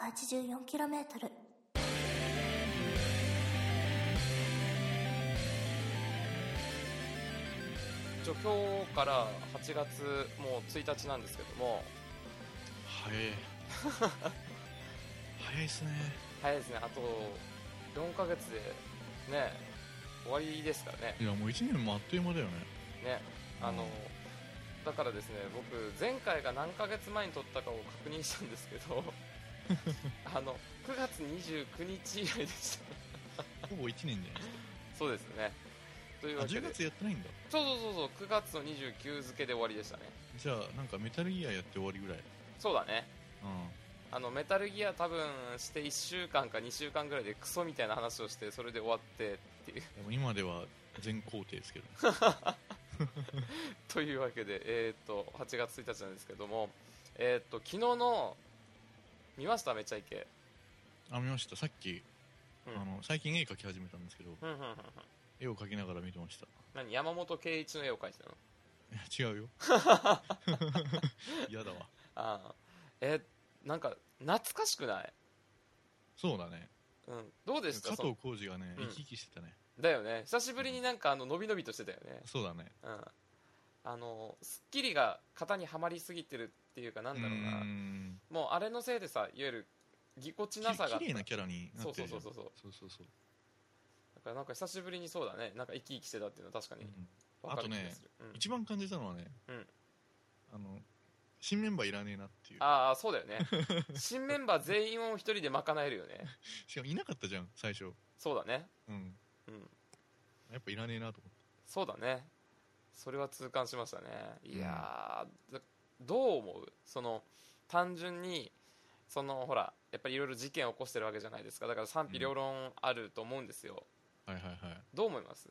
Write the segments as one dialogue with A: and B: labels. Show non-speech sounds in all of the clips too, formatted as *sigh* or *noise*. A: 1184km
B: 一応今日から8月もう1日なんですけども
C: 早 *laughs* い早いっすね
B: 早いですねあと4ヶ月でね終わりですからね
C: いやもう1年もあっという
B: *laughs*
C: 間だよね
B: ねあのだからですね僕前回が何ヶ月前に撮ったかを確認したんですけ
C: *laughs*
B: どあの9月29日以来でした
C: ほぼ1年じゃないですか
B: そうですねという
C: あ
B: わけ
C: 10
B: で
C: 月やってないんだ
B: そうそうそうそう9月の29付けで終わりでしたね
C: じゃあなんかメタルギアやって終わりぐらい
B: そうだね
C: うん
B: あのメタルギア多分して1週間か2週間ぐらいでクソみたいな話をしてそれで終わってっていう
C: でも今では全工程です
B: *laughs*
C: けど
B: というわけで、 *laughs* えー、と8月1日なんですけども、えー、と昨日の見ましためちゃイケ
C: あ見ましたさっき、
B: うん
C: あの最近絵描き始めたんですけど
B: うんうんうんうん
C: 絵を描きながら見てました
B: 何山本圭一の絵を描いてたの
C: いや違う
B: *laughs*
C: よ嫌だわ
B: ああえなんか懐かしくない、
C: そうだね
B: うん、どうでした
C: 加
B: その
C: 藤浩次がね
B: うん
C: 生き生きしてたね、
B: だよね久しぶりになんかあの伸び伸びとしてたよね
C: そうだね
B: うんあのスッキリが型にはまりすぎてるっていうかなんだろうな
C: ーん
B: もうあれのせいでさいわゆるぎこち
C: き
B: なさがあっ
C: 綺
B: た
C: 麗なキャラになってるじゃん
B: そうそうそう
C: そうそうそう
B: だからなんか久しぶりにそうだねなんか生き生きしてたっていうのは確か
C: う
B: に
C: ん
B: 分かる気がする、うん
C: 一番感じたのはね、
B: うん
C: あの新メンバーいらねえなっていう
B: ああそうだよ
C: *laughs*
B: ね新メンバー全員を一人で賄えるよね
C: しかもいなかったじゃん最初
B: そうだね
C: うん
B: うん
C: やっぱいらねえなと思っ
B: そうだねそれは痛感しましたねいやー、だどう思うその単純にそのほらやっぱりいろいろ事件を起こしてるわけじゃないですかだから賛否両論あると思うんですよ、
C: てはいはいはいい
B: どう思います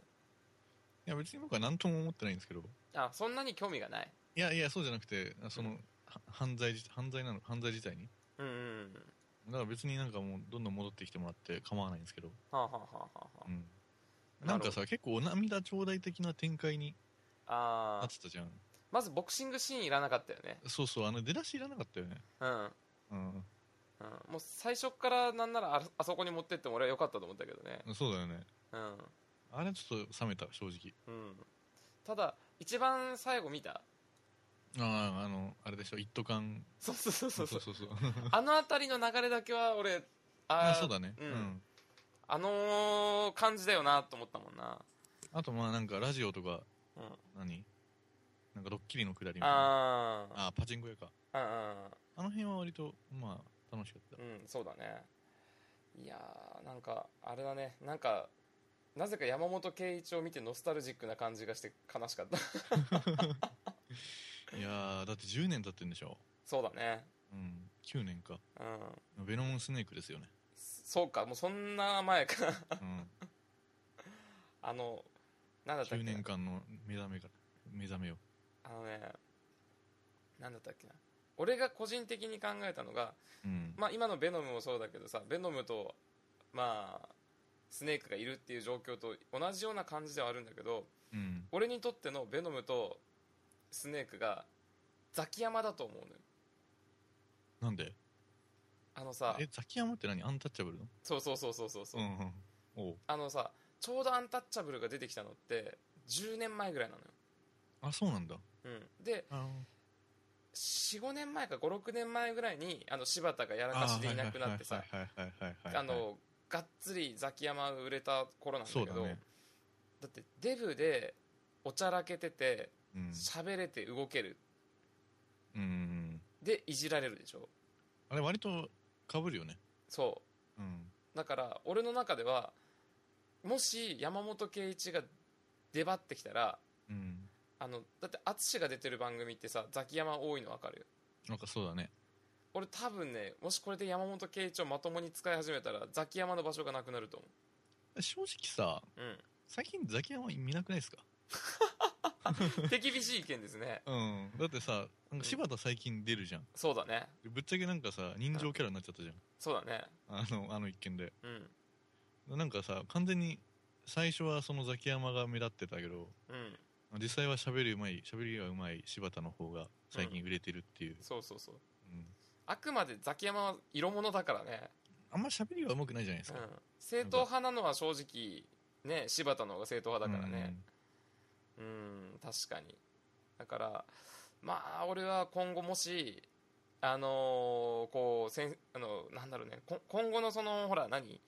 C: や別に僕は何とも思ってないんですけど
B: あそんなに興味がない
C: いやいやそうじゃなくてあその、
B: う
C: は犯罪自犯罪なの犯罪自体に
B: うんうんうん
C: だから別になんかもうどんどん戻ってきてもらって構わないんですけど、
B: はあはあはあはあは
C: うん、
B: あ
C: なんか
B: るほど
C: さ結構お涙頂戴的な展開に
B: あ
C: な
B: あ
C: ってたじゃん
B: まずボクシングシーンいらなかったよね
C: そうそうあの出だしいらなかったよね
B: うん、うん、
C: うん
B: もう最初からなんならああそこに持ってっても俺は良かったと思ったけどね
C: そうだよね
B: うん、
C: あれちょっと冷めた正直
B: うん、ただ一番最後見た
C: あああのあれでしょ一斗缶
B: そうそうそうそうそう
C: そう
B: *laughs*
C: そう
B: あの辺りの流れだけは俺あ
C: あ
B: ー
C: そうだね、
B: う
C: うんん
B: あのー感じだよなと思ったもんな、
C: あとまあなんかラジオとか
B: うん、
C: 何なんかドッキリのくだりみたいなあ
B: あー
C: あパチンコ屋か
B: あ
C: あの辺は割とまあ楽しかった、
B: うんうんうんそうだねいやーなんかあれだねなんかなぜか山本圭一を見てノスタルジックな感じがして悲しかった *laughs*
C: いやーだって10年経ってんでしょ
B: そうだね
C: うん9年か
B: うん
C: ベノムスネークですよね
B: そうかもうそんな前か *laughs*
C: うん
B: あのなんだったっ
C: 9
B: けな
C: 年間の目覚めが目覚めよ
B: あのねなんだったっけな俺が個人的に考えたのが
C: うん、
B: まあ、今のベノムもそうだけどさベノムと、まあ、スネークがいるっていう状況と同じような感じではあるんだけど
C: うん、
B: 俺にとってのベノムとスネークがザキヤマだと思うのよ
C: なんで
B: あのさ
C: えザキヤマって何アンタッチャブルの
B: そうそうそうそうそうそう、
C: うんうんおう
B: あのさちょうどアンタッチャブルが出てきたのって10年前ぐらいな
C: あそうなんだ
B: のよ、うん、で
C: あ
B: 45年前か56年前ぐらいにあの柴田がやらかしでいなくなってさ
C: あーはいはいはいはいはいはいはいはい
B: あのがっつりザキヤマ売れた頃なんだ
C: そ
B: け
C: うだ
B: ど
C: ね、
B: だってデブでおちゃらけてて
C: うん
B: 喋れて動ける
C: うんうん、
B: でいじられるでしょ
C: あれ割と被るよね
B: そ
C: うん
B: うだから俺の中ではもし山本圭一が出張ってきたら
C: うん
B: あのだって淳が出てる番組ってさザキヤマ多いの分かるよ
C: なんかそうだね
B: 俺多分ねもしこれで山本圭一をまともに使い始めたらザキヤマの場所がなくなると思
C: 正直さ
B: う
C: 最近ザキヤマ見なくないですか
B: うん手厳しい意見ですね
C: うんだってさなんか柴田最近出るじゃん
B: そうだね
C: ぶっちゃけなんかさ人情キャラになっちゃったじゃん
B: そうだね
C: あのあの一件で
B: うん
C: なんかさ完全に最初はそのザキヤマが目立ってたけど
B: うん
C: 実際は喋るうまい喋りがうまい柴田の方が最近売れてるっていう、
B: そうそうそう
C: うん
B: あくまでザキヤマは色物だからね、
C: あんまり喋りが上手くないじゃないです
B: うん
C: か。、
B: 正統派なのは正直ね柴田の方が正統派だからねうん確かにだからまあ俺は今後もしあのーこうせんあのなんだろうねこ今後のそのほら何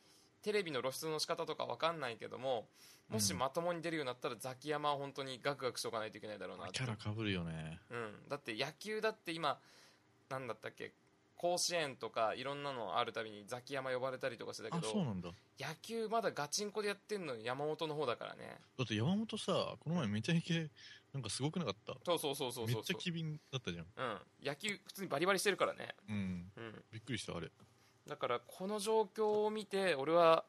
B: テレビの露出の仕方とかわかんないけどももし
C: うん
B: まともに出るようになったらザキヤマは本当にガクガクしとかないといけないだろう
C: うん。
B: なって
C: キャラ被るよね。
B: うん、だって野球だって今なんだったっけ甲子園とかいろんなのあるたびにザキヤマ呼ばれたりとかしてた
C: あ、
B: け
C: そう
B: ど
C: なんだ。
B: 野球まだガチンコでやってんの山本の方だからね
C: だって山本さ、この前めちゃイケ、なんかすごくなかった。
B: そうそうそうそう
C: め
B: そ
C: っ
B: う
C: ちゃ機敏だったじゃん。
B: うん、野球普通にバリバリしてるからね、
C: うん。
B: うん、
C: びっくりした、あれ。
B: だからこの状況を見て俺は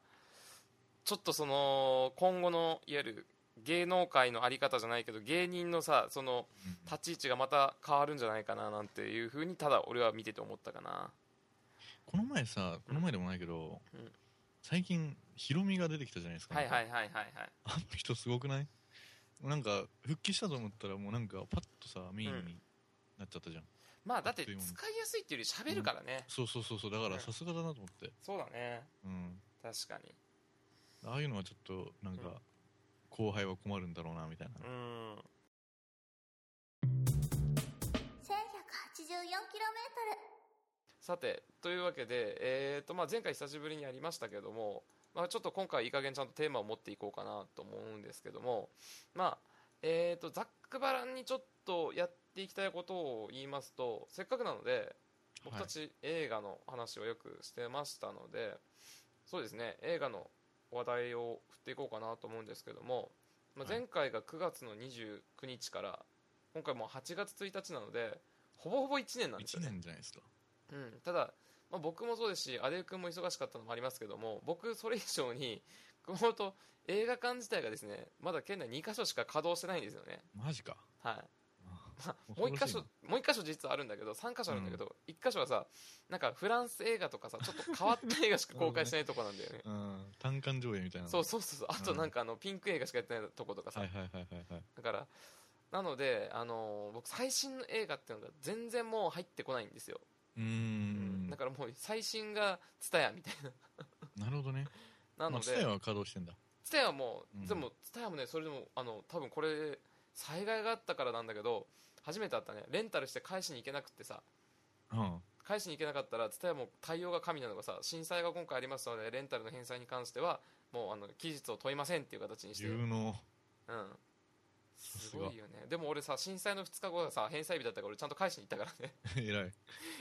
B: ちょっとその今後のいわゆる芸能界のあり方じゃないけど芸人のさその
C: うん
B: 立ち位置がまた変わるんじゃないかななんていうふうにただ俺は見てて思ったかな
C: この前さ、この前でもないけど
B: うん、
C: 最近、ヒロミが出てきたじゃないですか。
B: はいはいはいはいはい
C: あの人すごくないなんか復帰したと思ったらもうなんかパッとさメイン
B: うん
C: になっちゃったじゃん、
B: まあだって
C: と
B: 使
C: い
B: いうや
C: もの
B: すいっていうより喋るからね、
C: そうそうそうそうだか
B: うん
C: らさすがだなと思って
B: そうだね
C: うん
B: 確かに
C: ああいうのはちょっとなんか
B: うん
C: 後輩は困るんだろうなみたいな、
B: うんさてというわけで、えーとまあ、前回久しぶりにやりましたけども、まあ、ちょっと今回いい加減ちゃんとテーマを持っていこうかなと思うんですけども、まあえー、とざっくばらんにちょっとやっていきたいことを言いますとせっかくなので僕たち映画の話をよくしてましたので、そうですね映画の話題を振っていこうかなと思うんですけども、まあ、
C: はい
B: 前回が9月の29日から今回もう8月1日なのでほぼほぼ1年なんです
C: 1
B: よね。
C: 年じゃないですか
B: うん、ただ、まあ、僕もそうですしアデュ君も忙しかったのもありますけども僕それ以上に熊本映画館自体がですねまだ県内2カ所しか稼働してないんですよね、
C: マジか
B: は
C: あ
B: い、もう1
C: 恐
B: 箇所
C: ろしいな
B: もう一箇所実はあるんだけど3カ所あるんだけど、1箇所はさなんかフランス映画とかさちょっと変わった映画しか公開してないとこなんだよね
C: うん単館上映みたいな
B: そうそうそうそうあとなんかあのピンク映画しかやってないとことかさ、
C: はいはいはいはいはい
B: だからなので、あのー僕最新の映画っていうのが全然もう入ってこないんですよ、
C: うー
B: うん
C: ん
B: だからもう最新が蔦屋みたい
C: なるほどね
B: ななの
C: まあ
B: で、
C: 蔦屋は稼働してんだ
B: ツタヤはもう、
C: うん
B: でもツタヤもねそれでもあの多分これ災害があったからなんだけど初めてあったねレンタルして返しに行けなくってさ
C: うん
B: 返しに行けなかったらツタヤも対応が神なのがさ震災が今回ありますのでレンタルの返済に関してはもうあの期日を問いませんっていう形にして
C: 有能 *laughs*
B: うん
C: さ
B: す
C: す
B: ご
C: が
B: いよねでも俺さ震災の2日後がさ返済日だったから俺ちゃんと返しに行ったからね *laughs*
C: 偉い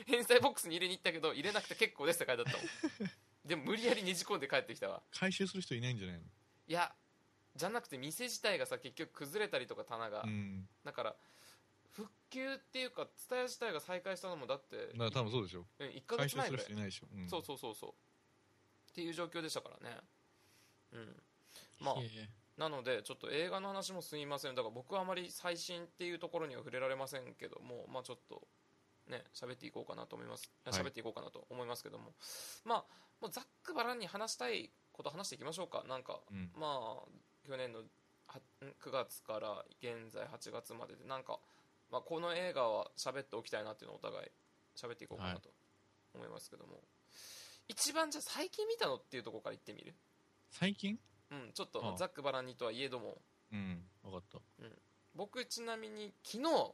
B: 返済ボックスに入れに行ったけど入れなくて結構ですって書いてあったもん *laughs* でも無理やりねじ込んで帰ってきたわ
C: 回収する人いないんじゃないの
B: いやじゃなくて店自体がさ結局崩れたりとか棚が、
C: うん
B: だから復旧っていうか蔦屋自体が再開したのもだって
C: だから多分そうでしょ
B: 1か
C: 回
B: 月
C: 収
B: 前
C: す
B: ぐ
C: る
B: らい
C: 人いないでしょ、うん
B: そうそうそうそうっていう状況でしたからねうんまあ
C: いえいえ
B: なのでちょっと映画の話もすみませんだから僕はあまり最新っていうところには触れられませんけどもまあちょっとね喋っていこうかなと思いますあ
C: はい
B: 喋っていこうかなと思いますけども、まあもうざっくばらんに話したいこと話していきましょうかなんか
C: うん
B: まあ去年のはん9月から現在8月まででなんか、まあ、この映画は喋っておきたいなっていうのをお互い喋っていこうかな
C: はい
B: と思いますけども、一番じゃあ最近見たのっていうところから言ってみる
C: 最近
B: うんちょっと
C: ああ
B: ざっくばらんにとはいえども
C: うん分かっ
B: 僕ちなみに昨日、
C: た、はい、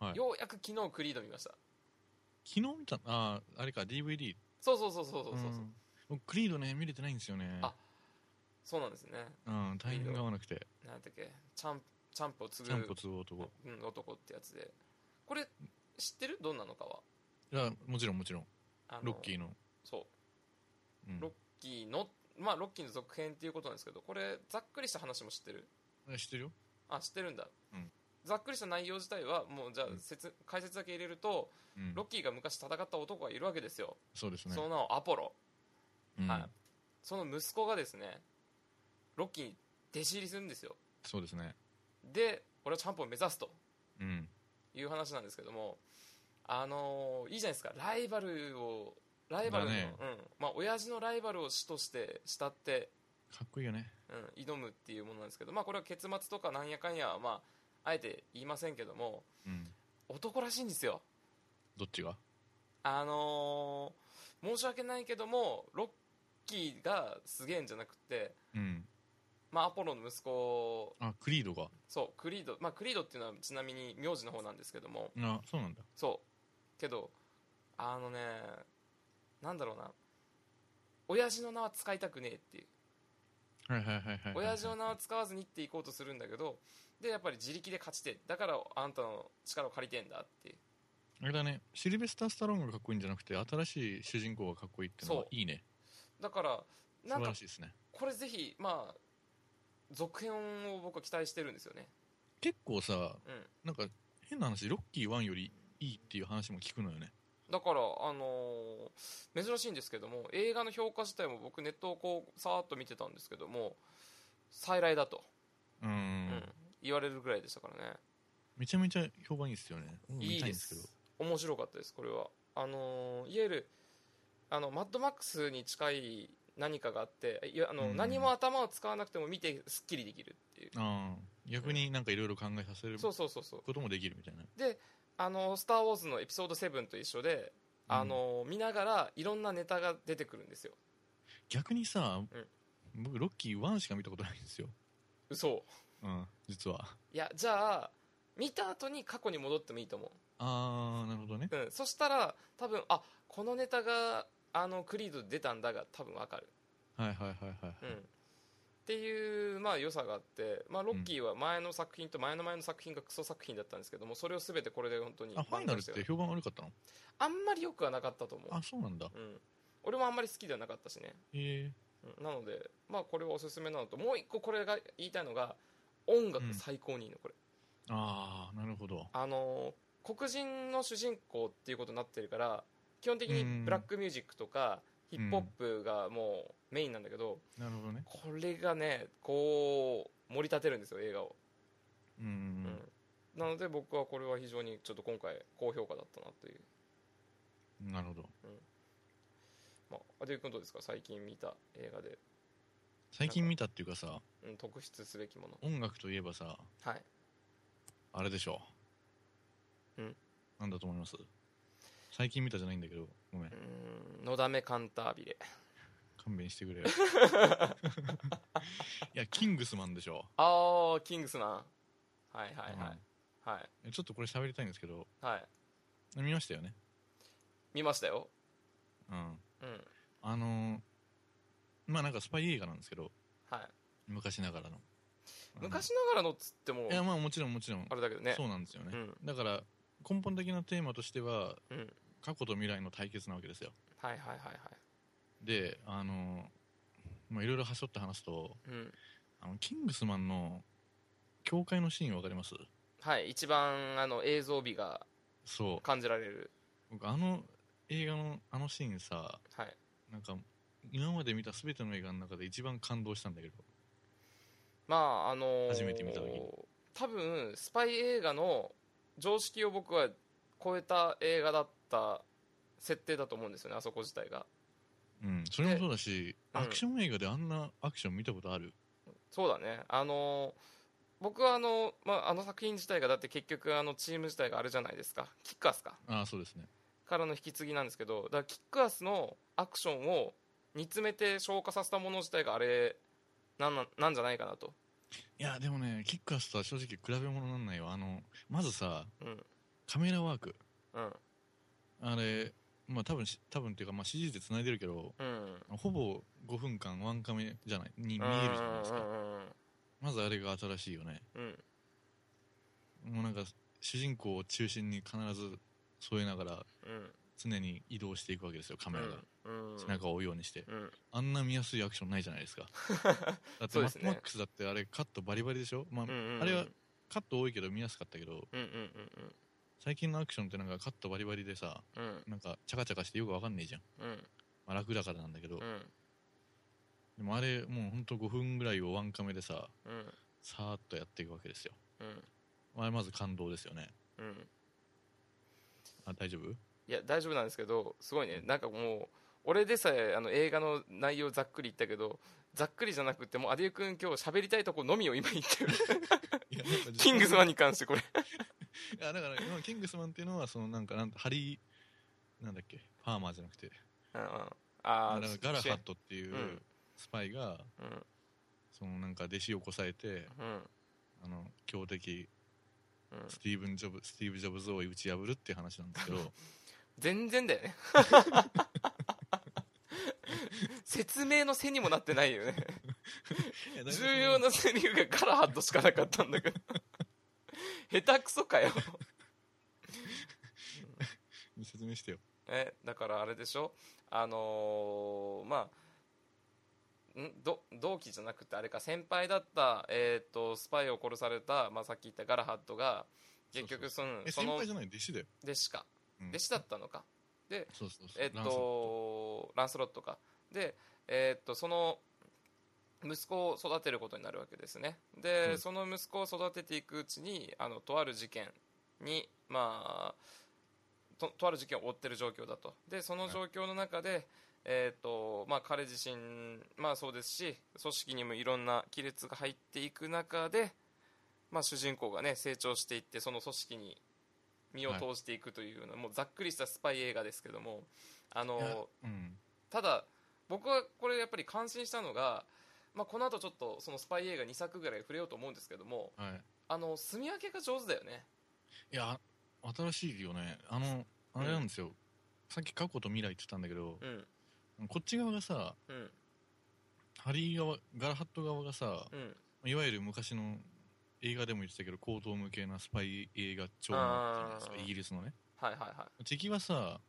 C: 昨
B: ようやく昨日クリード見ました
C: 日見たあああれか DVD
B: そうそうそうそうそうそう、
C: ん僕クリードね見れてないんですよね
B: あそうなんですね
C: うんタイミングが合わなくて
B: なんだっけチャンチャンプを継
C: ちゃんこ
B: ぐ、
C: つぼ男
B: うん、男ってやつでこれ知ってるどんなのかはい
C: やもちろんもちろん
B: あの
C: ロッキーの、
B: そう
C: うん
B: ロッキーの、まあ、ロッキーの続編っていうことなんですけどこれざっくりした話も知ってる
C: え知ってるよ
B: あ知ってるんだ、
C: うん
B: ざっくりした内容自体はもうじゃあ
C: うん
B: 説、解説だけ入れると
C: うん
B: ロッキーが昔戦った男がいるわけですよ、
C: そうですね
B: その名をアポロ、
C: うん
B: はいその息子がですねロッキーに弟子入りするんですよ
C: そうですね
B: で俺はチャンプを目指すと
C: うん
B: いう話なんですけどもあのーいいじゃないですかライバルをライバルの、
C: だね
B: うんまあ親父のライバルを師として慕って
C: かっこいいよね
B: うん、挑むっていうものなんですけど、まあ、これは結末とかなんやかんやは、まあ、あえて言いませんけども
C: うん
B: 男らしいんですよ
C: どっちが
B: あのー申し訳ないけどもロッキーがすげえんじゃなくて、
C: うん。
B: まあ、アポロの息子
C: あ、クリードが。
B: そうクリード、まあ、クリードっていうのはちなみに名字の方なんですけども
C: あ、そうなんだ。
B: そうけどあのねなんだろうな親父の名は使いたくねえっていう
C: はいはいはいはい。
B: 親父の名は使わずにっていこうとするんだけどでやっぱり自力で勝ちてだからあんたの力を借りてんだっていう
C: あれだね、シルベスター・スタローンがかっこいいんじゃなくて、新しい主人公がかっこいいってのは
B: そう
C: いいね。
B: だから
C: 素
B: なん
C: 晴
B: から
C: しいですね。
B: これぜひまあ続編を僕は期待してるんですよね
C: 結構さ、
B: うん
C: なんか変な話、ロッキー1よりいいっていう話も聞くのよね。
B: だから、あのー珍しいんですけども映画の評価自体も僕ネットをこうさーっと見てたんですけども再来だと、
C: うーん,、
B: うん言われるぐらいでしたからね
C: めちゃめちゃ評判いいですよね。
B: い
C: 見
B: い
C: たいん
B: で
C: ですけど。
B: す面白かったですこれはあのーいわゆるあのマッドマックスに近い何かがあっていやあの、
C: うん
B: 何も頭を使わなくても見てすっきりできるっていう
C: あー逆になんかいろいろ考えさせる
B: そう
C: こ
B: そうそうそう
C: ともできるみたいな。
B: あの「スター・ウォーズ」のエピソード7と一緒で、あのー見ながらいろんなネタが出てくるんですよ
C: 逆にさ、
B: うん
C: 僕、ロッキー1しか見たことないんですよ。
B: 嘘
C: うん、実は。
B: いやじゃあ見た後に過去に戻ってもいいと思
C: あー、なるほどね。
B: う、うん、そしたら多分あこのネタがあのクリードで出たんだが多分わかる、
C: はいはいはいはい。
B: うん、っていう、まあ、良さがあって、まあ、ロッキーは前の作品と前の前の作品がクソ作品だったんですけどもそれを全てこれで本当に
C: あ、ファイナルっ
B: して
C: て評判悪かったの
B: あんまり良くはなかったと思
C: あ、そうなんだ。
B: う、うん、俺もあんまり好きではなかったしね、
C: へえ
B: うんなので、まあ、これはおすすめなのともう一個これが言いたいのが音楽最高にいいのこれ。
C: ああ、なるほど。
B: あの黒人の主人公っていうことになってるから基本的に
C: うん
B: ブラックミュージックとかヒップホップがもうメインなんだけど、
C: なるほどね。
B: これがねこう盛り立てるんですよ映画を、
C: うん
B: う。んなので僕はこれは非常にちょっと今回高評価だったなという、
C: なるほど。
B: まあ、アデュー君どうですか最近見た映画で、
C: 最近見たっていうかさ、
B: うん、特筆すべきもの
C: 音楽といえばさ、
B: はい
C: あれでしょ。
B: うん。
C: なんだと思います最近見たじゃないんだけど、ごめん
B: う。ーん「のだめカンタービレ
C: 勘弁して
B: *laughs*
C: くれよ。いや、キングスマンでしょ。」
B: ああキングスマンはいはいはい、はい
C: うんちょっとこれ喋りたいんですけど、
B: はい
C: 見ましたよね。
B: 見ましたよ
C: うん。
B: うん
C: あのーまあなんかスパイ映画なんですけど、
B: はい
C: 昔ながらの。あの
B: 昔ながらのっつっても
C: いや、まあもちろんもちろん
B: あ、れだけどね
C: そうなんですよね。
B: うん
C: だから根本的なテーマとしては
B: うん
C: 過去と未来の対決なわけですよ
B: はいはいはいはい
C: であのまあいろいろ端折って話すと
B: うん
C: あのキングスマンの教会のシーンわかります
B: はい一番あの映像美が
C: そう
B: 感じられる
C: 僕あの映画のあのシーンさ
B: はい
C: なんか今まで見た全ての映画の中で一番感動したんだけど
B: まああのー
C: 初めて見た時に
B: 多分スパイ映画の常識を僕は超えた映画だった設定だと思うんですよねあそこ自体が
C: うんそれもそうだし、
B: うん
C: アクション映画であんなアクション見たことある
B: そうだねあのー僕はあの,、まあ、あの作品自体がだって結局あのチーム自体があれじゃないですかキックアスか
C: ああそうですね
B: からの引き継ぎなんですけどだからキックアスのアクションを煮詰めて消化させたもの自体があれなんなんなんじゃないかなと、
C: いやでもねキックアスとは正直比べ物になんないよあのまずさ
B: うん
C: カメラワーク
B: うん
C: あれ、まあ多分し、多分っていうか、まあ CG で繋いでるけど、
B: うん、
C: ほぼ5分間ワンカメじゃない、に見えるじゃないです
B: うん
C: か。まずあれが新しいよね。
B: うんうんうん
C: もうなんか、主人公を中心に必ず添えながら、
B: うん
C: 常に移動していくわけですよ、カメラ
B: う
C: が。
B: ん
C: 背中を追うようにして。
B: うん
C: あんな見やすいアクションないじゃないですか。
B: *laughs*
C: だって
B: そうで
C: マッ
B: す
C: ド
B: ね
C: マックスだってあれカットバリバリでしょまあ、
B: うんうんうん
C: あれはカット多いけど見やすかったけど、
B: うんうん
C: 最近のアクションってなんかカットバリバリでさ、
B: うんうん
C: なんかチャカチャカしてよくわかんねえじゃん。
B: うん
C: まあ楽だからなんだけ
B: う
C: ど、
B: ん
C: でもあれもうほんと5分ぐらいをワンカメでさ
B: うん
C: さーっとやっていくわけですよ
B: うん
C: あれまず感動ですよね
B: うん
C: あ大丈夫
B: いや大丈夫なんですけどすごいねなんかもう俺でさえあの映画の内容ざっくり言ったけどざっくりじゃなくてもうアデュー君今日喋りたいとこのみを今言ってるキングスマンに関してこれ
C: いやだから今キングスマンっていうのはそのなんかなんてハリーなんだっけパーマーじゃなくて
B: うんうんあ
C: あ
B: あ
C: れはガラハットっていう
B: うん
C: スパイが
B: うん
C: そのなんか弟子をこさえて
B: うん
C: あの強敵
B: うん
C: スティーブン・ジョブスティーブ・ジョブズを打ち破るっていう話なんですけど
B: 全然だよね説明の背にもなってないよね *laughs* 重要なセリフがガラハットしかなかったんだけど *laughs* 下手くそかよ *laughs*
C: 説明してよ
B: えだからあれでしょあのーまあんど同期じゃなくてあれか先輩だった、えー、とスパイを殺された、まあ、さっき言ったガラハットが結局その
C: え
B: そ
C: 先
B: の
C: 輩じゃない弟子だよ、
B: 弟子か
C: うん
B: 弟子だったのか
C: そうそうそう
B: えっ
C: ランソ
B: とランスロットかでえっとその息子を育てることになるわけですねで、
C: うん
B: その息子を育てていくうちにあのとある事件にまあととある事件を追ってる状況だとでその状況の中で、えっとまあ、彼自身、まあ、そうですし組織にもいろんな亀裂が入っていく中で、まあ、主人公が、ね、成長していってその組織に身を投じていくというような、もうざっくりしたスパイ映画ですけどもあ
C: いや
B: の
C: うん
B: ただ僕はこれやっぱり感心したのが、まあ、この後ちょっとそのスパイ映画2作ぐらい触れようと思うんですけども
C: はい
B: あの住み分けが上手だよね
C: いや新しいよねあのあれなんですよ、さっき過去と未来って言ったんだけど、
B: うん
C: こっち側がさ
B: うん
C: ハリー側ガラハット側がさ、
B: うん
C: いわゆる昔の映画でも言ってたけど高等無形なスパイ映画調のじゃないですか
B: あー
C: イギリスのね
B: はいはいはい
C: 敵はさ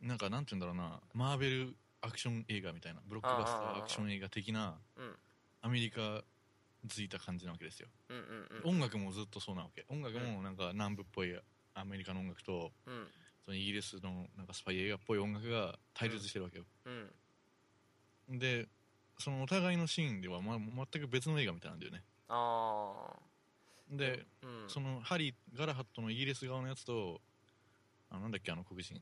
C: なんかなんて言うんだろうなマーベルアクション映画みたいなブロックバスタ
B: あー
C: ーアクション映画的な
B: うん
C: アメリカづいた感じなわけですよ、
B: うんうん
C: 音楽もずっとそうなわけ音楽もなんか南部っぽいアメリカの音楽と
B: うんうん
C: そのイギリスのなんかスパイ映画っぽい音楽が対立してるわけよ、
B: うん
C: でそのお互いのシーンでは、ま、全く別の映画みたいなんだよね
B: ああ
C: で、
B: うん、
C: そのハリー・ガラハットのイギリス側のやつとあなんだっけあの黒人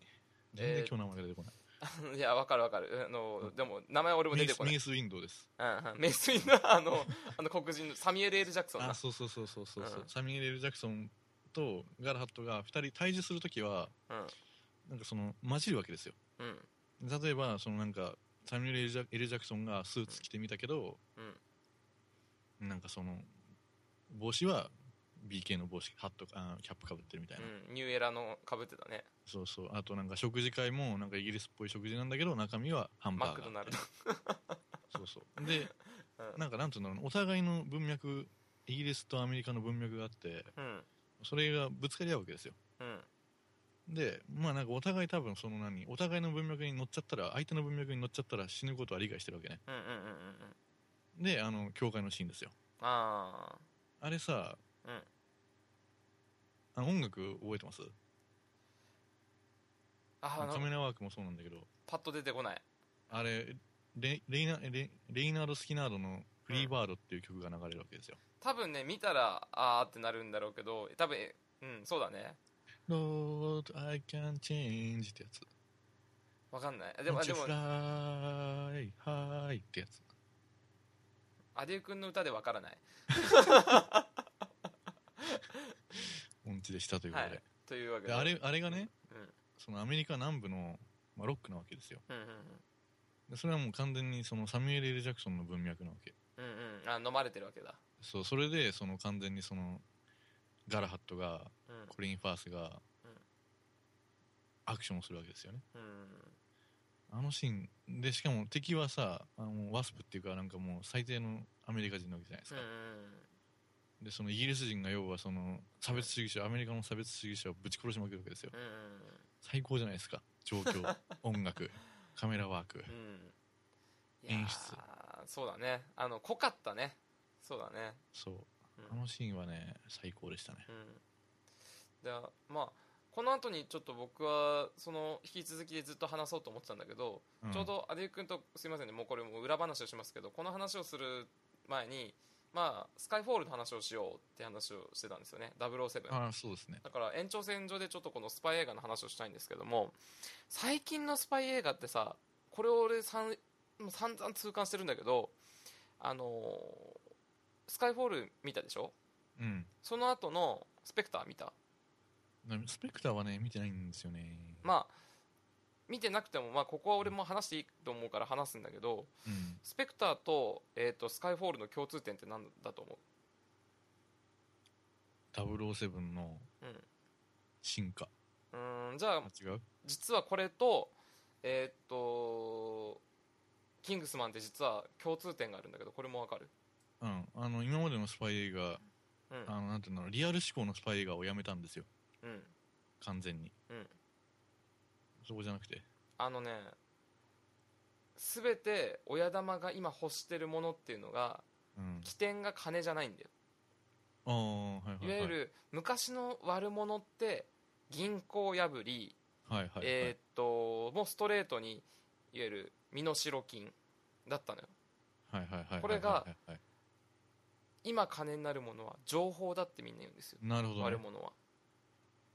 C: 全然今日名前が出てこない、
B: *laughs* いやわかるわかるあのでも名前俺も
C: メ
B: 出
C: イ
B: て
C: ス
B: こな
C: メ
B: い
C: イス・ウィンドウです
B: うんうんメイスウィンのあ
C: *laughs*
B: のあの黒人のサミュエル・ L ・ジャクソンだ
C: あそうそうそうそうそうそう、
B: うん
C: サミュエル・エル・ジャクソンとガラハットが2人対峙するときは
B: うん
C: なんかその混じるわけですよ
B: うん
C: 例えばそのなんかサミュエル・エルジャエル・ジャクソンがスーツ着てみたけど、
B: うん
C: なんかその帽子は BK の帽子ハットあキャップかぶってるみたいな、
B: うん、ニューエラのかぶってたね
C: そうそうあとなんか食事会もなんかイギリスっぽい食事なんだけど中身はハン
B: マ
C: バーガ
B: ク
C: ー
B: ドナルド
C: そうそうで
B: *laughs* うん
C: なんかなんていうんだろうなお互いの文脈イギリスとアメリカの文脈があって
B: うん
C: それがぶつかり合うわけですよ
B: うん
C: でまあなんかお互い多分その何お互いの文脈に乗っちゃったら相手の文脈に乗っちゃったら死ぬことは理解してるわけね
B: うんうんうんうんうん
C: であの教会のシーンですよ
B: あ
C: あれさ、
B: うん
C: あの音楽覚えてます
B: あああ
C: カ
B: の
C: メラワークもそうなんだけど
B: パッと出てこない
C: あれレレイナレレイナード・スキナードの「フリーバード」っていう曲が流れるわけですよ、
B: 多分ね見たらあーってなるんだろうけど多分えうんそうだね
C: Lord, I can change ってやつ
B: わかんないでも
C: Won't
B: で
C: you
B: も
C: fly high ってやつ
B: アデュー君の歌でわからない
C: 音痴でしたということで,、
B: はいというわけ
C: で
B: で
C: あれあれがね
B: うん
C: そのアメリカ南部の、まあ、ロックなわけですよ
B: うんうん
C: でそれはもう完全にそのサミュエル・ L ・ジャクソンの文脈なわけ
B: うんうんうんあ飲まれてるわけだ
C: そうそれでその完全にそのガラハットが
B: うん
C: コリン・ファースが
B: うん
C: アクションをするわけですよね
B: うん
C: あのシーンでしかも敵はさあのワスプっていうかなんかもう最低のアメリカ人なわけじゃないです
B: うん
C: か
B: う、ん
C: でそのイギリス人が要はその差別主義者アメリカの差別主義者をぶち殺しまくるわけですよ
B: うんうん
C: 最高じゃないですか状
B: *laughs*
C: 況音楽カメラワーク
B: うん
C: 演
B: いやー
C: 出
B: そうだねあの濃かったねそうだね
C: そう
B: うん
C: あのシーンはね最高でしたね
B: うん、でまあこの後にちょっと僕はその引き続きでずっと話そうと思ってたんだけど、
C: ん
B: ちょうどアデュー君とすいませんねもうこれもう裏話をしますけどこの話をする前に、まあ、スカイフォールの話をしようって話をしてたんですよね007
C: ああそうですね
B: だから延長線上でちょっとこのスパイ映画の話をしたいんですけども最近のスパイ映画ってさこれを俺さんもう散々痛感してるんだけどあのースカイフォール見たでしょ
C: うん
B: その後のスペクター見た
C: なスペクターはね見てないんですよね
B: まあ見てなくても、まあ、ここは俺も話していいと思うから話すんだけど
C: うん
B: スペクターと,、えー、とスカイフォールの共通点って何だと思
C: 007の
B: う,、
C: 進化。
B: うん、うーんじゃあ
C: あ、違う
B: 実はこれとえーっとキングスマンって実は共通点があるんだけどこれもわかる
C: うん。あの、今までのスパイ映画、
B: うん
C: あの、なんていうの、リアル思考のスパイ映画をやめたんですよ。
B: うん
C: 完全に。
B: うん
C: そこじゃなくて。
B: あのね全て親玉が今欲してるものっていうのが
C: うん。
B: 起点が金じゃないんだよ
C: ああ、はい
B: い
C: は
B: わ
C: い、はい。
B: ゆる昔の悪者って銀行破り、
C: はいはい、はい。
B: えーっともうストレートにいわゆる身代金だったのよ
C: はいはいはいはい。
B: これが
C: はいはいはい、
B: 今金になるものは情報だってみんな言うんですよ
C: なるほど
B: 悪
C: ね。
B: 者は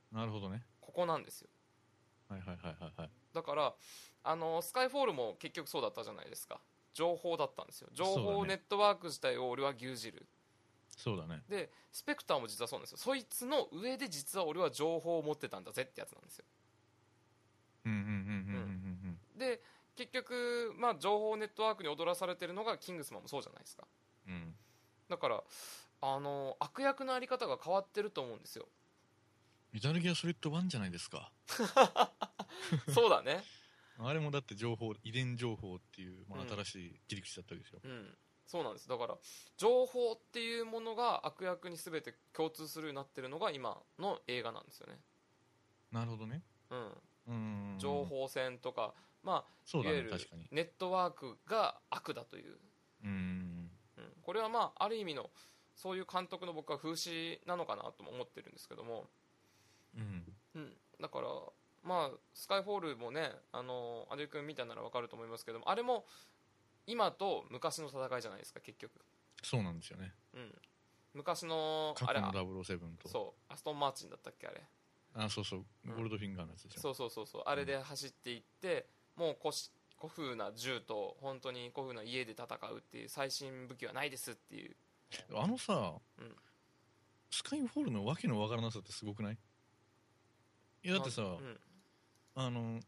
C: なるほどね。
B: ここなんですよ
C: はいはいはいはいはい。
B: だからあのスカイフォールも結局そうだったじゃないですか情報だったんですよ情
C: そう
B: 報
C: だね
B: ネットワーク自体を俺は牛耳る、
C: そうだね。
B: でスペクターも実はそうなんですよそいつの上で実は俺は情報を持ってたんだぜってやつなんですよ
C: うんうんうんうんうんうん
B: で結局、まあ、情報ネットワークに踊らされてるのがキングスマンもそうじゃないですか
C: うん。うん。
B: だからあの悪役のあり方が変わってると思うんですよ
C: *laughs* メタルギアソリッド1じゃないですか。
B: そうだね
C: あれもだって情報、遺伝情報っていう、まあ
B: うん、
C: 新しい切り口だったわけですよ。
B: うんそうなんですだから情報っていうものが悪役に全て共通するようになってるのが今の映画なんですよね
C: なるほどね。
B: うん
C: うんうんうん。
B: 情報戦とか、まあ、
C: そうだ
B: いわゆ
C: ね、
B: る
C: 確かに。
B: ネットワークが悪だという、
C: うんうんうん。
B: うん、これはまあある意味のそういう監督の僕は風刺なのかなとも思ってるんですけども、
C: うん。
B: うん、だから、まあ、スカイフォールもねあのアデュ君見たなら分かると思いますけどもあれも今と昔の戦いじゃないですか結局、
C: そうなんですよね。
B: うん、昔の
C: 過
B: あれ
C: 去の007と。
B: そうアストン・マーチンだったっけあれ
C: あ、そうそう。
B: うん
C: ゴールドフィンガーのやつでしょ。
B: そうそうそうそうあれで走っていって、もう古し古風な銃と本当に古風な家で戦うっていう最新武器はないですっていう
C: あのさ、
B: うん
C: スカイフォールのわけのわからなさってすごくないいや、だってさ、
B: うんうん
C: あの、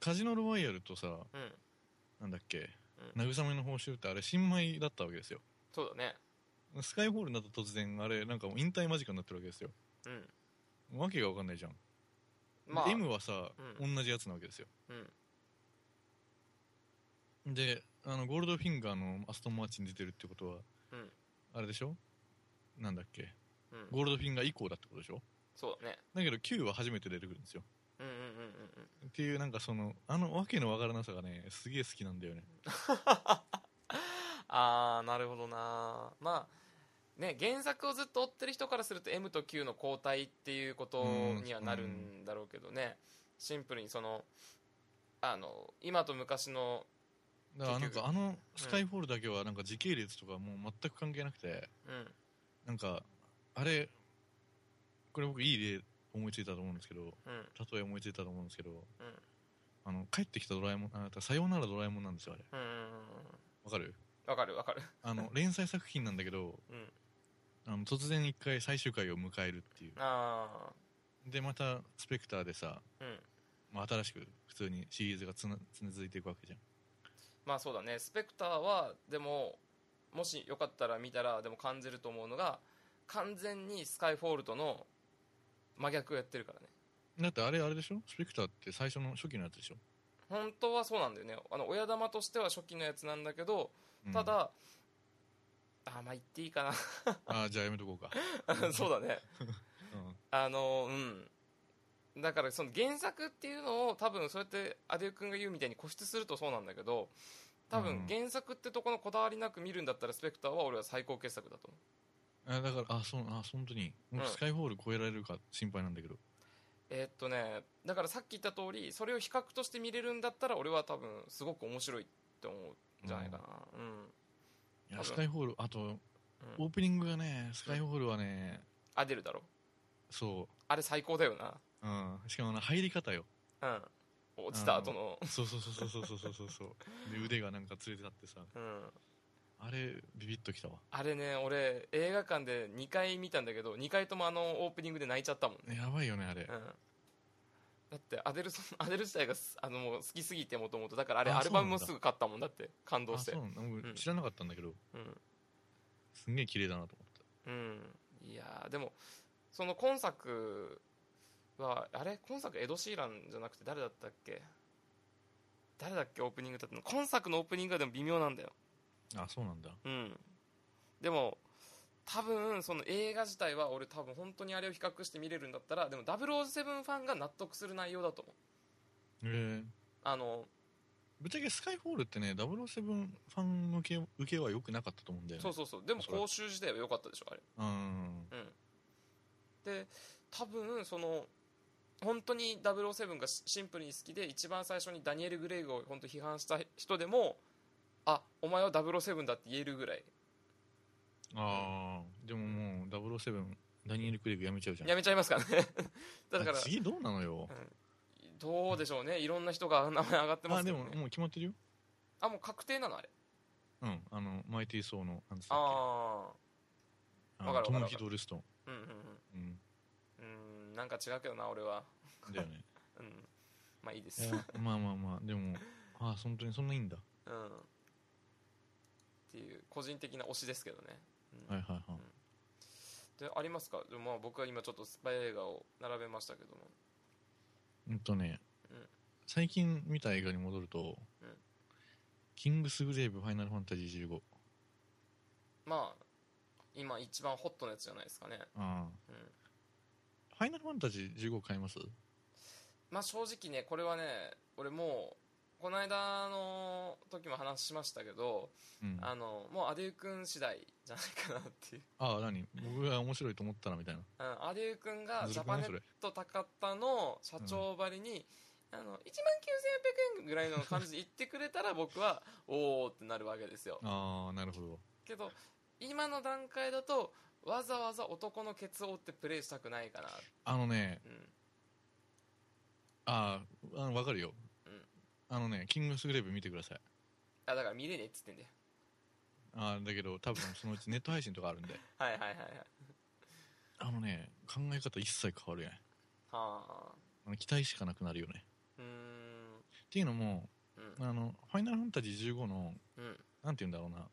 C: カジノロワイヤルとさ、なんだっけ、慰めの報酬ってあれ新米だったわけですよ。
B: そうだね
C: スカイフォールになった突然、あれ、なんかもう引退間近になってるわけですよ。
B: うん
C: わけがわかんないじゃん。
B: まあ
C: M はさ、同じやつなわけですよ。
B: うん
C: で、あの、ゴールドフィンガーのアストン・マーチン出てるってことは、
B: うん
C: あれでしょなんだっけ
B: うん
C: ゴールドフィンガー以降だってことでしょ
B: そうだね
C: だけど9は初めて出てくるんですよ。
B: うんうんうんうんうん
C: っていうなんかそのあのわけのわからなさがねすげえ好きなんだよね
B: ああなるほどなまあね原作をずっと追ってる人からすると M と Q の交代っていうことにはなるんだろうけどねシンプルにそのあの今と昔の
C: だからなん
B: 結
C: か
B: 局
C: あのスカイフォールだけはなんか時系列とかもう全く関係なくて
B: うん
C: なんかあれこれ僕いい例思いついたと思うんですけど
B: うん
C: 例え思いついたと思うんですけど、
B: ん
C: あの帰ってきたドラえもんあさようならドラえもんなんですよあれ
B: うんうんうん
C: わかる
B: わかるわかる
C: あの連載作品なんだけど
B: うん
C: あの突然一回最終回を迎えるっていう
B: あ
C: でまたスペクターでさ、
B: あうん
C: まあ、新しく普通にシリーズがつな続いていくわけじゃん
B: まあそうだねスペクターはでももしよかったら見たらでも感じると思うのが完全にスカイフォールとの真逆をやってるからね
C: だってあれあれでしょスペクターって最初の初期のやつでしょ、
B: 本当はそうなんだよねあの親玉としては初期のやつなんだけど
C: うん
B: ただ、あまあ言っていいか
C: あじゃあやめと
B: *laughs*
C: こうか、
B: なそうだね
C: うん
B: あのうんだからその原作っていうのを多分そうやってアデュー君が言うみたいに固執するとそうなんだけど多
C: う
B: 分
C: ん
B: 原作ってとこのこだわりなく見るんだったらスペクターは俺は最高傑作だと思う
C: あだからあそうあ本当に
B: うん
C: 僕スカイホール超えられるか心配なんだけど、
B: えーっとねだからさっき言った通りそれを比較として見れるんだったら俺は多分すごく面白いって思うんじゃないかなうん、
C: い
B: 多
C: や
B: 分
C: スカイホールあと、オープニングがねスカイホールはね、
B: アデルだろ
C: そ
B: あれ最高だよ
C: う、うん、しかもあの入り方よ
B: なうん落ちた後の
C: そうそうそうそうそうそうそうそう
B: *laughs*
C: で腕がなんか連れて立ってさ
B: うん
C: あれビビッときたわ
B: あれね俺映画館で2回見たんだけど2回ともあのオープニングで泣いちゃったもんね
C: やばいよねあれ
B: うん *laughs* だってアデルそアデル自体がすあのもう好きすぎてもともとだからあれ
C: あ
B: アルバムも
C: そう
B: す
C: なんだ
B: ぐ買ったもんだって感動
C: あ
B: して
C: そうなんだもう
B: うん
C: 知らなかったんだけど、
B: うん、
C: すんげえ綺麗だなと思った
B: うん、いやーでもその今作はあれ今作エド・シーランじゃなくて誰だったっけ誰だっけオープニングだったの今作のオープニングはでも微妙なんだよ
C: あそうなんだ
B: うんでも多分その映画自体は俺多分本当にあれを比較して見れるんだったらでも007ファンが納得する内容だと思う
C: えー
B: あの
C: ぶっちゃけスカイフォールってね007ファン向け受けは良くなかったと思うんだよね
B: そうそうそうでも
C: そうだ
B: 公衆自体は良かったでしょあれ
C: うん
B: で多分その本当に007がシシンプルに好きで一番最初にダニエル・グレイグを本当批判した人でもあお前は007だって言えるぐらい
C: ああでももう007ダニエル・クレイグやめちゃうじゃん
B: やめちゃいますからね *laughs* だから
C: あ次どうなのよ
B: どうでしょうねいろんな人が名前上がって
C: ま
B: ますけ
C: あで
B: ど、
C: も
B: ね、
C: もう決まってるよ
B: あもう確定なのあれ
C: うんあのマイティー・ソーのなんつったっ
B: あ
C: け
B: ーわかるわか
C: のト
B: る
C: ム・ヒドルストン
B: あうんうん
C: うん
B: うんうんなんか違うけどな俺は
C: だよね
B: *laughs* うんまあいいです、
C: おまあまあまあでもああ本当にそんないいんだ
B: うんっていう個人的な推しですけどね、うん
C: はいはいはい
B: でありますかでもまあ僕は今ちょっとスパイ映画を並べましたけども
C: うんとね、
B: うん
C: 最近見た映画に戻ると、
B: うん
C: キングスグレーブファイナルファンタジー15
B: まあ今一番ホットなやつじゃないですかね、
C: ああ
B: うん、
C: ファイナルファンタジー15買います
B: まあ正直ねこれはね俺もうこの間の時も話しましたけど、
C: うんあ
B: あのもうアデュー君次第じゃないかなっていう、 *laughs*
C: あ何僕が面白いと思ったらみたいな
B: うん、アデュー君が
C: ず
B: ジャ
C: るくな
B: パネ
C: いそ
B: ッ
C: れ
B: ト高田の社長ばりに、あの1万9800円ぐらいの感じで言ってくれたら僕は *laughs* おおってなるわけですよ
C: ああなるほど
B: けど今の段階だとわざわざ男のケツを追ってプレイしたくないかな
C: あのね
B: うん
C: あああのわかるよ、
B: うん
C: あのねキングスグレーブ見てください
B: あだから見れねえっつってんだよ
C: ああだけど多分そのうちネット配信とかあるんで
B: はいはいはいはい
C: あのね考え方一切変わるやん
B: はあ
C: あの期待しかなくなるよね
B: うーん
C: っていうのも
B: うん
C: あのファイナルファンタジー15の
B: うん
C: なんて言うんだろうな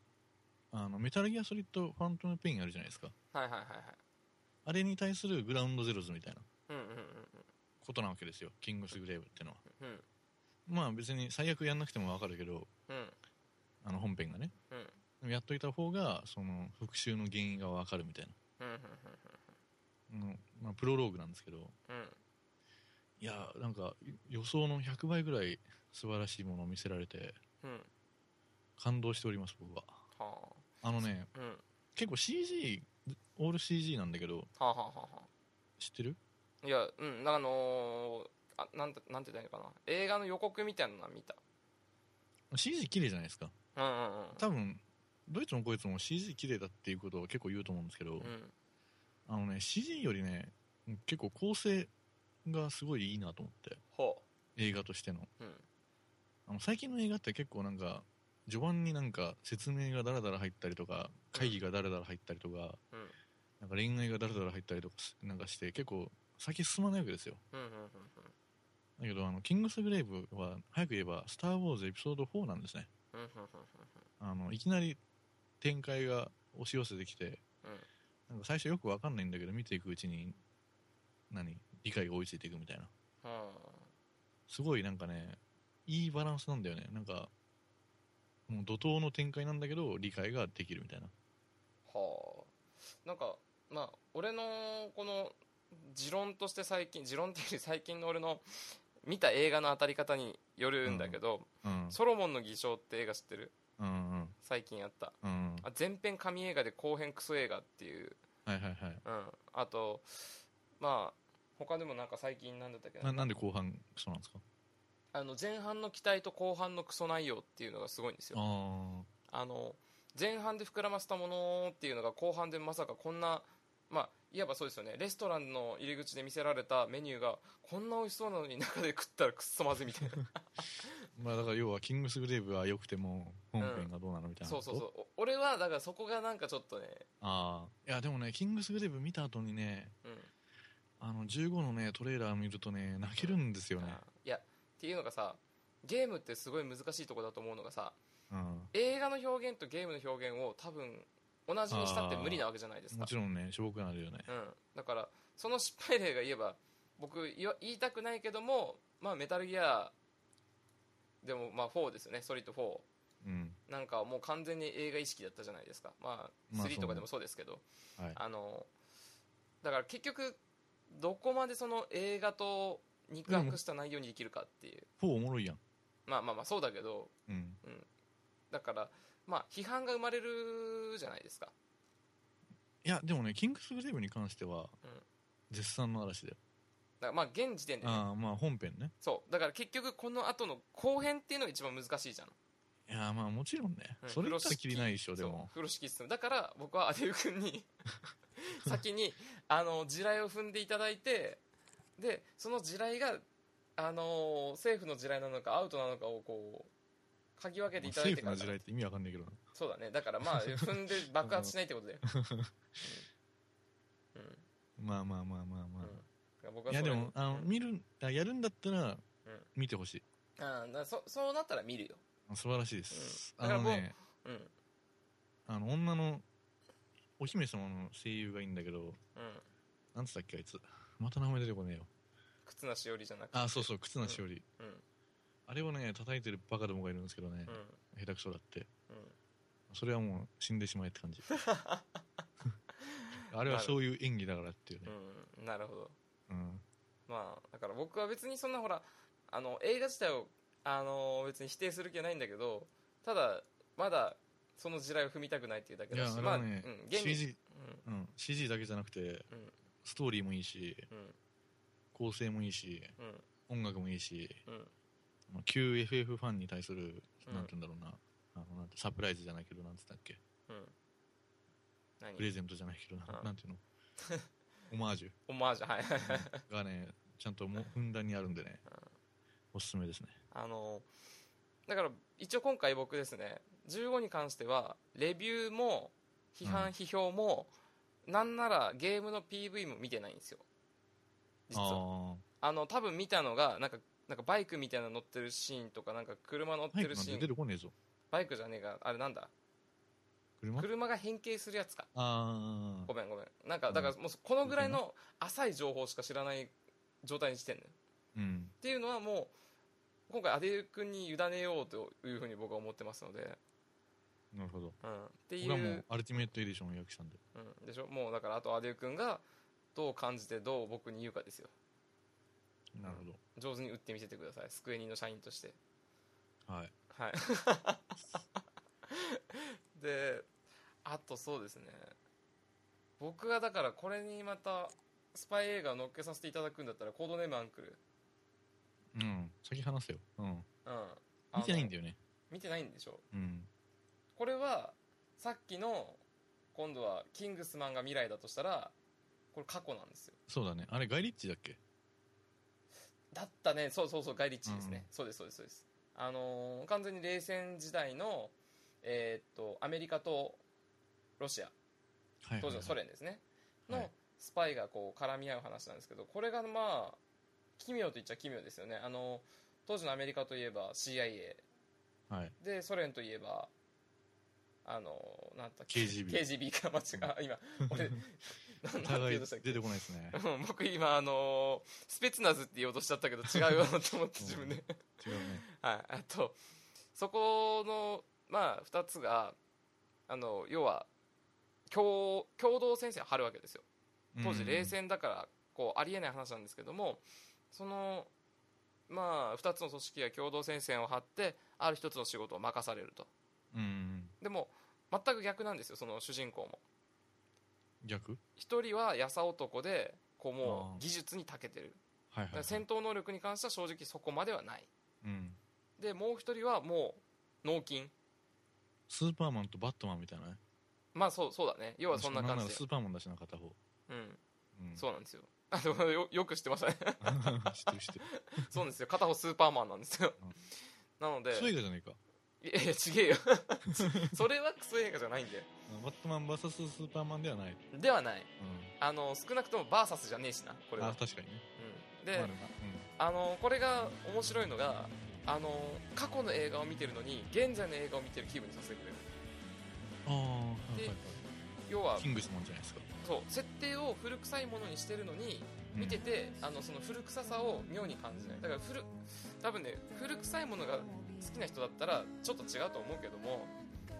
C: あのメタルギアソリッドファントムペインあるじゃないですか
B: はいはいはいはい
C: あれに対するグラウンドゼロズみたいな
B: うんうんうん
C: ことなわけですよキングスグレーブってのは
B: うん
C: まあ別に最悪やんなくてもわかるけど
B: うん
C: あの本編がね
B: うん
C: でもやっといた方がその復讐の原因がわかるみたい
B: うんうん
C: な、うんまあ、プロローグなんですけど
B: うんうん
C: いやなんか予想の100倍ぐらい素晴らしいものを見せられて
B: うん
C: 感動しております僕は
B: はあ
C: あのね
B: うんは
C: 結構 CG オール CG なんだけど
B: あはあはあは
C: 知ってる
B: あいやうんあのーあなんてなんて言ったらいいのかな映画の予告みたいなのは見た
C: CG 綺麗じゃないですか
B: うんうんうん
C: 多分ドイツもこいつも CG 綺麗だっていうことを結構言うと思うんですけ
B: う
C: ど、
B: ん
C: あのね CG よりね結構構成がすごいいいなと思って
B: ほ
C: 映画としての
B: ううん
C: あの最近の映画って結構なんか序盤になんか説明がダラダラ入ったりとか会議がダラダラ入ったりとか
B: うん
C: なんか恋愛がダラダラ入ったりとかしなんかして結構先進まないわけですよ
B: うんうんうん
C: だけどあのキングスグレーブは早く言えば「スター・ウォーズ」エピソード4なんですね
B: うんうんうん
C: あのいきなり展開が押し寄せてきて、なんか最初よくわかんないんだけど見ていくうちに何理解が追いついていくみたいな
B: うんうん
C: すごいなんかねいいバランスなんだよねなんかもう怒涛の展開なんだけど理解ができるみたいな
B: はあなんかまあ俺のこの持論として最近持論っていうより最近の俺の見た映画の当たり方によるんだけど「
C: うん
B: ソロモンの偽証」って映画知ってる
C: うんうん
B: 最近やった
C: うん
B: あ前編神映画で後編クソ映画っていう、
C: はいはいはい
B: うん、あとまあ他でもなんか最近なんだったっけな
C: ななんで後半そうなんですか
B: あの前半の期待と後半のクソ内容っていうのがすごいんですよ
C: ああ
B: あの前半で膨らませたものっていうのが後半でまさかこんなまあいわばそうですよねレストランの入り口で見せられたメニューがこんな美味しそうなのに中で食ったらくっそまずいみたい
C: *laughs* まあだから要はキングスグレーブは良くても本編がどうなのみた
B: ない
C: な
B: そ
C: こ
B: う
C: と、
B: そうそうお俺はだからそこがなんかちょっとね
C: ああいやでもねキングスグレーブ見た後にね
B: うん
C: あの15のねトレーラー見るとね泣けるんですよね、
B: いやっていうのがさゲームってすごい難しいとこだと思うのがさ
C: うん、
B: 映画の表現とゲームの表現を多分同じにしたって無理なわけじゃないですか
C: もちろんねしょぼくなるよね
B: うん、だからその失敗例が言えば僕言わ言いたくないけども、まあ、メタルギアでもまあ4ですよねソリッド4
C: うん
B: なんかはもう完全に映画意識だったじゃないですか、まあ、
C: まあ
B: 3とかでもそうですけど、
C: はい
B: あのだから結局どこまでその映画と肉薄した内容にできるかっていう、
C: 4おもろいやん
B: まあまあまあそうだけど
C: うん
B: だからまあ批判が生まれるじゃないですか
C: いやでもねキングスグレーブに関しては、
B: うん
C: 絶賛の嵐だよ、
B: だからまあ現時点でね、
C: ああまあ本編ね
B: そうだから結局この後の後編っていうのが一番難しいじゃん
C: いやまあもちろんね、
B: うん
C: それ言ったらきりないでしょで
B: そう
C: も
B: 風呂敷進むだから僕はアデュー君
C: *laughs*
B: に先にあの地雷を踏んでいただいてでその地雷があの政府の地雷なのかアウトなのかをこう嗅ぎ分けていただいて
C: 政府
B: か
C: の
B: ら
C: 地雷って意味わかんないけどな
B: そうだねだからまあ踏んで爆発しないってことだよ、
C: *laughs*
B: うん
C: まあまあまあまあまあ、
B: うん、僕はい
C: や
B: そ
C: で
B: れ
C: もあの、
B: うん
C: 見るあやるんだったら
B: うん
C: 見てほしい
B: あーだそそうなったら見るよ、
C: 素晴らしいです、
B: うん
C: あ
B: だから
C: の
B: もう
C: ね
B: うんうん、
C: あの女のお姫様の声優がいいんだけどなんつったっけあいつまた名前出てこねえよ
B: 忽那しおりじゃなくて
C: あそうそう忽那しおり、
B: うん
C: あれをね叩いてるバカどもがいるんですけどね
B: うん、
C: 下手くそだって
B: うん
C: それはもう死んでしまえって
B: *laughs*
C: 感じあれはそういう演技だからっていうね、
B: うん、なるほど
C: うん
B: まあだから僕は別にそんなほらあの映画自体をあの別に否定する気はないんだけどただまだその地雷を踏みたくないっていうだけ
C: いや
B: だし
C: あれ
B: まあ
C: はね、
B: うん、現に
C: CG, うん、CG だけじゃなくて
B: うんうん
C: ストーリーもいいし構成もいいし
B: うんうん
C: 音楽もいいし
B: うん
C: あの旧 FF ファンに対する
B: うん
C: なんて言うんだろうな,、あのなんてサプライズじゃないけどなんつったっけ
B: うん
C: プレ
B: 何
C: ゼントじゃないけどな,、
B: うん
C: ん、なんて
B: *laughs*
C: いうのオマージ
B: オマージュはいはいはい
C: ュがねちゃんともうふんだんにあるんでね、おすすめですね
B: *laughs* あのだから一応今回僕ですね15に関してはレビューも批判、
C: うん
B: 批評もなんならゲームの PV も見てないんですよ実は
C: あ
B: あの多分見たのがなんかなんかバイクみたいなの乗ってるシーンとかなんか車乗っ
C: あハ
B: て
C: イク
B: る
C: なん
B: シ
C: て
B: ー
C: 出
B: ン
C: てこねえぞ
B: バイクじゃねえかあれなんだ
C: 車
B: 車が変形するやつか
C: あ
B: ごめんごめんなんかだからもうこのぐらいの浅い情報しか知らない状態にしてんのよ
C: ーうん
B: っていうのはもう今回アデル君に委ねようというふうに僕は思ってますので、
C: なるほど
B: うん、ってい
C: 僕はも
B: う
C: う、アルティメットエディションを予約したんで
B: うん、でしょもうだからあとアデル君がどう感じてどう僕に言うかですよ
C: なるほ
B: 上手に打ってみせてくださいスクエニの社員として
C: どはい
B: はい。で、あとそうですね。僕がだからこれにまたスパイ映画を乗っけさせていただくんだったらコードネームアンクル。
C: うん先話せようん
B: うん。
C: 見てないんだ
B: よ。
C: よね
B: 見てないんでしょ。
C: うん
B: これはさっきの今度はキングスマンが未来だとしたらこれ過去なんですよ。
C: そうだねあれガイリッチだっけ
B: だったね。そうそうそう、ガイリッチーですね。そうですそうですそうです。あのー完全に冷戦時代のえーっとアメリカとロシア
C: はいはいはい
B: 当時のソ連ですね、
C: は
B: の
C: い
B: スパイがこう絡み合う話なんですけどこれがまあ奇妙と言っちゃ奇妙ですよねあの当時のアメリカといえば CIA *laughs*
C: はい
B: でソ連といえばあのなんだっけ KGB
C: KGB
B: か間違う今俺
C: お
B: ななんて言
C: 互
B: おう
C: い
B: としたっけ
C: 出てこないです
B: *laughs*
C: ね
B: うん僕今あのスペツナズって言おうとしちゃったけど違うよと思って自分で
C: 違うね
B: *laughs* はい、あとそこの、まあ、2つがあの要は共共同戦線を張るわけですよ当時冷戦だからこうありえない話なんですけどもその、まあ、2つの組織が共同戦線を張ってある一つの仕事を任されると
C: うんうん
B: でも全く逆なんですよその主人公も
C: 逆
B: 1人は優男でこうも
C: あ
B: う
C: ー
B: 技術に長けてる
C: はい
B: だか
C: はいは
B: ら
C: い
B: 戦闘能力に関しては正直そこまではない
C: うん
B: でもう1人はもう脳筋
C: スーパーマンとバットマンみたいなね
B: まあそうそうだね要はそんな感じで
C: しかもんならスーパーマンだしな片方
B: うん、
C: うん
B: そうなんですよ。あでもよよく知ってましたね。
C: *laughs*
B: *laughs*
C: 知ってる知ってる
B: そうなんですよ。片方スーパーマンなんですよ。なので、
C: そういう映画じゃないか
B: いやいや、ちげえよ。 *laughs* それはクソ映画じゃないんだよ。
C: バットマン VS スーパーマンではない
B: ではない。
C: うん
B: あの少なくともバーサスじゃねえしなこれは、
C: あ確かにね
B: うんで、
C: まあま
B: あのこれが面白いのがあの過去の映画を見てるのに現在の映画を見てる気分にさせてくれる
C: あうん、ああーはい
B: で
C: はい
B: 要
C: は
B: はい
C: キングスマンじゃないですか
B: そう設定を古臭いものにしてるのに見てて、あのその古臭さを妙に感じないだから古多分ね古臭いものが好きな人だったらちょっと違うと思うけども、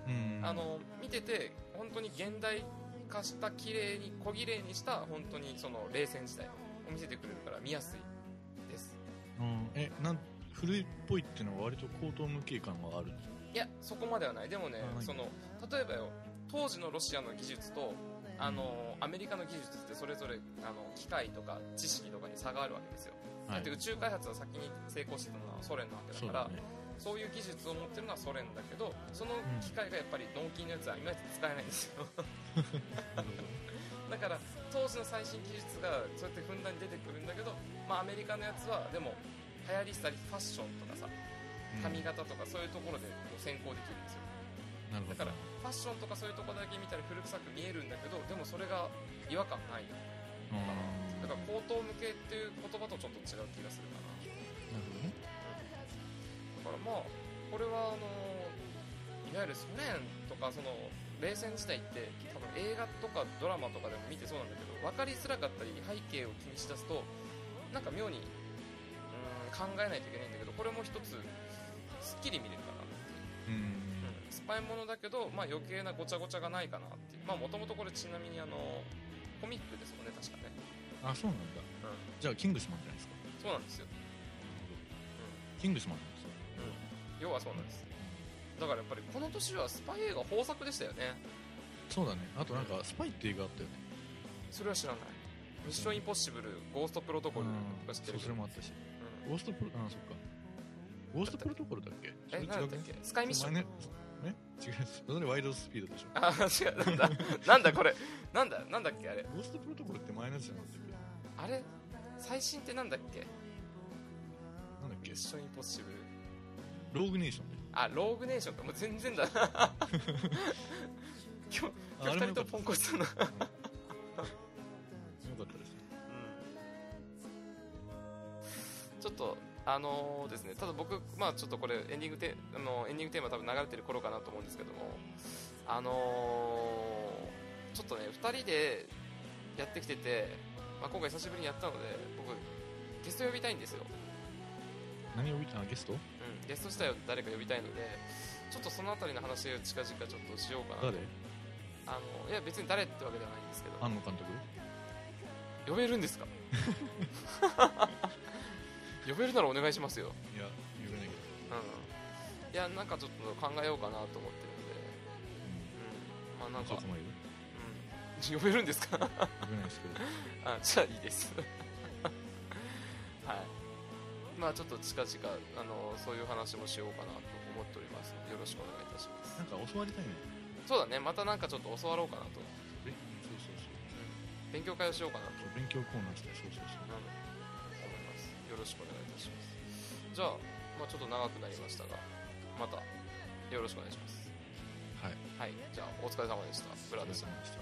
C: うん、うん
B: あの見てて本当に現代化した綺麗に小綺麗にした本当にその冷戦時代を見せてくれるから見やすいです
C: うん、えなん古いっぽいっていうのは割と高等無形感がある
B: いやそこまではないでもね
C: あない
B: その例えばよ当時のロシアの技術とあのアメリカの技術ってそれぞれあの機械とか知識とかに差があるわけですよ、だ
C: は
B: って宇宙開発は先に成功してたのはソ連なわけだ
C: そう
B: から
C: だね
B: そう,、いう技術を持ってるのはソ連だけどその機械がやっぱり納金のやつはいまいち使えないんですよ
C: なるほ
B: だ
C: ど
B: から当時の最新技術がそうやってふんだんに出てくるんだけど、まあ、アメリカのやつはでも流行りしたりファッションとかさ髪型とかそういうところでこう先行できるんですよ
C: うん、な
B: だ
C: るほど
B: からファッションとかそういうとこだけ見たら古臭く見えるんだけどでもそれが違和感ない
C: うんな
B: だか
C: る
B: ら高等無形っていう言葉とちょっと違う気がするかな
C: ほどね
B: だからまあこれはあのいわゆるソ連とかその冷戦時代って多分映画とかドラマとかでも見てそうなんだけど分かりづらかったり背景を気にしだすとなんか妙にうーん考えないといけないんだけどこれも一つすっきり見れるかな
C: うん
B: スパイものだけど、まあ、余計なごちゃごちゃがないかなっていうもともとこれちなみにあのコミックですもんね確かね、
C: あそうなんだじゃあキングスマンじゃないですか
B: そうなんですよ、
C: キングスマンなんですよ
B: 要はそうなんですだからやっぱりこの年はスパイ映画豊作でしたよね
C: そうだねあとなんかスパイって映画あったよね
B: それは知らない「ミッションインポッシブル」「ゴーストプロトコル」とか知って
C: そ
B: る
C: う
B: け
C: そ
B: ど
C: れもあったし
B: うん
C: ゴーストプロあそっかゴーストプロトコルだっけ
B: えなんだっけスカイミッション
C: ねね違うそれワイルドスピードでしょ
B: あ違うなんだ *laughs* なんだこれなんだなんだっけあれ
C: ゴーストプロトコルって前のやつじゃなかったっけ
B: あれ最新ってなんだっけ
C: なんだっけ
B: ミッションインポッシブル
C: ローグネーションで
B: あローグネーションかもう全然だ今日今日2人ともポ *laughs* ンコツだな
C: 良かったです
B: ちょっとあのーですねただ僕まあちょっとこれエンディングテあのエンディングテーマ多分流れてる頃かなと思うんですけどもあのーちょっとね2人でやってきてて、まあ、今回久しぶりにやったので僕ゲスト呼びたいんですよ、
C: 何を見たあゲスト
B: うん、ゲスト自体を誰か呼びたいのでちょっとその辺りの話を近々ちょっとしようかなと
C: 誰
B: あのいや別に誰ってわけではないんですけど
C: 庵野監督
B: 呼べるんですか *laughs* 呼べるならお願いしますよ、
C: いや言わないけど
B: うん、いやなんかちょっと考えようかなと思ってるんでうんまあなんか、
C: そこまで
B: うん、 *laughs* 呼べるんですか
C: 言わないですけど
B: あじゃあいいです *laughs* はいまあちょっと近々あのそういう話もしようかなと思っておりますのでよろしくお願いいたします
C: なんか教わりたいね
B: そうだねまたなんかちょっと教わろうかなと
C: えそうそうそう
B: 勉強会をしようかなと
C: そう勉強コーナーしたいそうそうそう
B: うん思いますよろしくお願いいたしますじゃあ、まあ、ちょっと長くなりましたがまたよろしくお願いします
C: は
B: はい
C: い
B: じゃあお疲れ様でしたブ
C: あ
B: ラでした
C: いました